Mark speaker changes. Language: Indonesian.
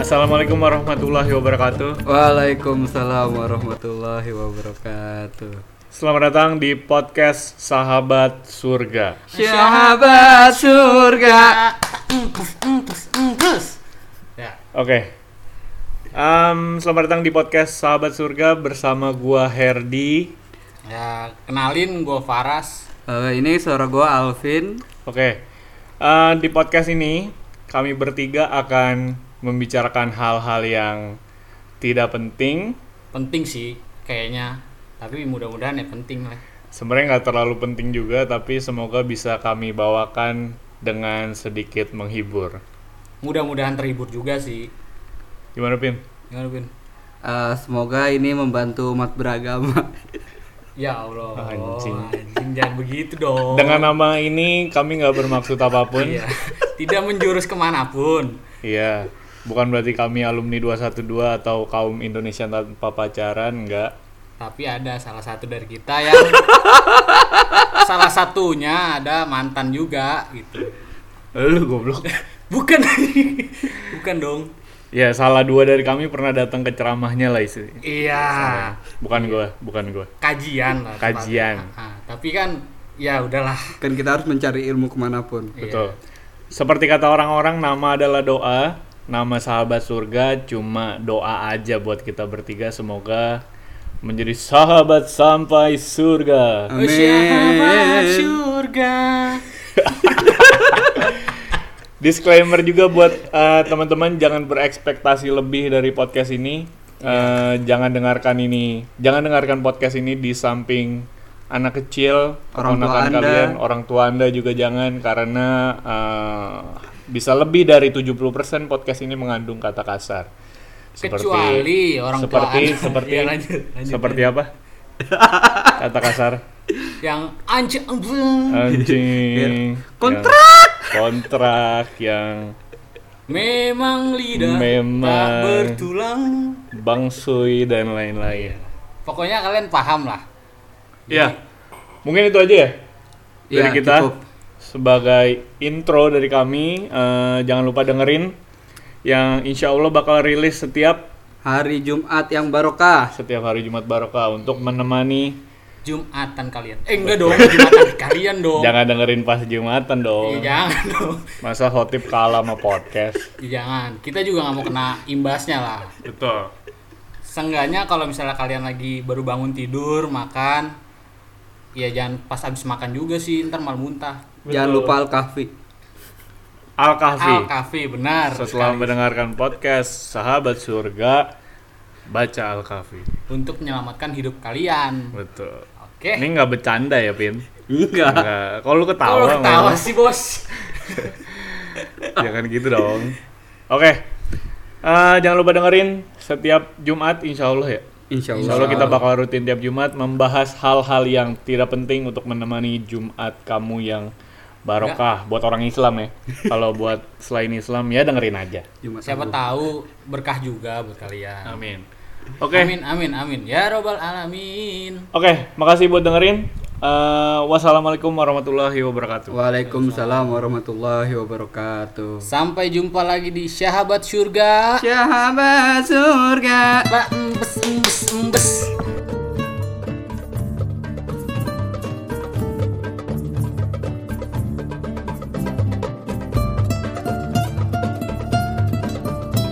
Speaker 1: Assalamualaikum warahmatullahi wabarakatuh.
Speaker 2: Waalaikumsalam warahmatullahi wabarakatuh.
Speaker 1: Selamat datang di podcast Sahabat Surga.
Speaker 2: Sahabat surga.
Speaker 1: Oke. Em, selamat datang di podcast Sahabat Surga bersama gua Herdi.
Speaker 3: Ya, kenalin gue Faras.
Speaker 2: Eh, ini suara gua Alvin.
Speaker 1: Oke. Eh, di podcast ini kami bertiga akan membicarakan hal-hal yang tidak penting.
Speaker 3: Penting sih kayaknya. Tapi mudah-mudahan ya penting lah.
Speaker 1: Sebenarnya nggak terlalu penting juga, tapi semoga bisa kami bawakan dengan sedikit menghibur.
Speaker 3: Mudah-mudahan terhibur juga sih.
Speaker 1: Gimana Pin?
Speaker 3: Gimana, Bin?
Speaker 2: Eh, semoga ini membantu umat beragama.
Speaker 3: Ya Allah.
Speaker 1: Anjing.
Speaker 3: Anjing, jangan begitu dong.
Speaker 1: Dengan nama ini kami nggak bermaksud apapun.
Speaker 3: Oh. Iya. Tidak menjurus kemanapun.
Speaker 1: Iya, bukan berarti kami alumni 212 atau kaum Indonesia tanpa pacaran, enggak.
Speaker 3: Tapi ada salah satu dari kita yang salah satunya ada mantan juga gitu.
Speaker 1: Lu goblok.
Speaker 3: Bukan. Bukan dong.
Speaker 1: ya, salah dua dari kami pernah datang ke ceramahnya lah isi.
Speaker 3: Iya.
Speaker 1: Bukan gua, bukan gua.
Speaker 3: Kajian lah. tepatnya.
Speaker 1: Kajian.
Speaker 3: Ah, tapi kan ya udahlah.
Speaker 2: Kan kita harus mencari ilmu kemanapun.
Speaker 1: Betul. Seperti kata orang-orang, nama adalah doa. Nama sahabat surga cuma doa aja buat kita bertiga. Semoga menjadi sahabat sampai surga.
Speaker 2: Amin.
Speaker 3: Sahabat surga.
Speaker 1: Disclaimer juga buat eh, teman-teman jangan berekspektasi lebih dari podcast ini.
Speaker 3: Iya.
Speaker 1: Eh, jangan dengarkan ini, jangan dengarkan podcast ini di samping anak kecil,
Speaker 2: Orang tua
Speaker 1: keponakan
Speaker 2: Anda.
Speaker 1: kalian, orang tua Anda juga jangan karena eh, bisa lebih dari 70% podcast ini mengandung kata kasar.
Speaker 3: Kecuali orang tua
Speaker 1: seperti
Speaker 3: Anda.
Speaker 1: seperti
Speaker 3: Iya, lanjut, lanjut,
Speaker 1: seperti apa? kata kasar.
Speaker 3: Yang anjir embung.
Speaker 1: Anjing.
Speaker 2: Kontrak.
Speaker 1: Yang- kontrak yang
Speaker 3: Memang lidah
Speaker 1: Memang.
Speaker 3: tak bertulang.
Speaker 1: Bang Sui dan lain-lain.
Speaker 3: Pokoknya kalian paham lah.
Speaker 1: Ya, mungkin itu aja ya dari
Speaker 2: Ya,
Speaker 1: kita
Speaker 2: cukup.
Speaker 1: sebagai intro dari kami. eh, jangan lupa dengerin yang insya Allah bakal rilis setiap
Speaker 2: Hari Jumat yang barokah.
Speaker 1: setiap hari Jumat Barokah untuk menemani.
Speaker 3: Jumatan kalian. Eh enggak dong, Jumatan kalian dong.
Speaker 1: Jangan dengerin pas Jumatan
Speaker 3: Iya,
Speaker 1: dong.
Speaker 3: jangan dong.
Speaker 1: Masa hotip kalah sama podcast.
Speaker 3: Iya, jangan. Kita juga nggak mau kena imbasnya lah.
Speaker 1: Betul.
Speaker 3: Seenggaknya kalau misalnya kalian lagi baru bangun tidur, makan, ya jangan pas habis makan juga sih, ntar malah muntah.
Speaker 2: Jangan lupa Al-Kahfi.
Speaker 1: Al
Speaker 3: Al
Speaker 1: Kahfi.
Speaker 3: kafe benar.
Speaker 1: Setelah
Speaker 3: sekali.
Speaker 1: mendengarkan podcast Sahabat Surga, baca Al Kahfi.
Speaker 3: untuk menyelamatkan hidup kalian.
Speaker 1: Betul.
Speaker 3: Oke.
Speaker 1: Ini nggak bercanda ya, Pin?
Speaker 2: Enggak.
Speaker 1: Enggak. Kalau lu ketawa,
Speaker 3: Kalau ketawa
Speaker 1: ngomong.
Speaker 3: sih bos.
Speaker 1: Jangan gitu dong. Oke. Eh, jangan lupa dengerin setiap Jumat insya Allah ya.
Speaker 2: Insya
Speaker 1: Insya
Speaker 2: Allah.
Speaker 1: Allah kita bakal rutin tiap Jumat membahas hal-hal yang tidak penting untuk menemani Jumat kamu yang barokah buat orang Islam ya. Kalau buat selain Islam ya dengerin aja.
Speaker 2: Jumat
Speaker 3: Siapa
Speaker 2: Agung.
Speaker 3: tahu berkah juga buat kalian.
Speaker 1: Amin. Oke.
Speaker 3: Amin amin amin. Ya robbal alamin.
Speaker 1: Oke, makasih buat dengerin. Eh, wassalamualaikum warahmatullahi wabarakatuh.
Speaker 2: Waalaikumsalam warahmatullahi wabarakatuh.
Speaker 3: Sampai jumpa lagi di Sahabat Surga.
Speaker 2: Sahabat surga.
Speaker 3: Ba- embes embes embes.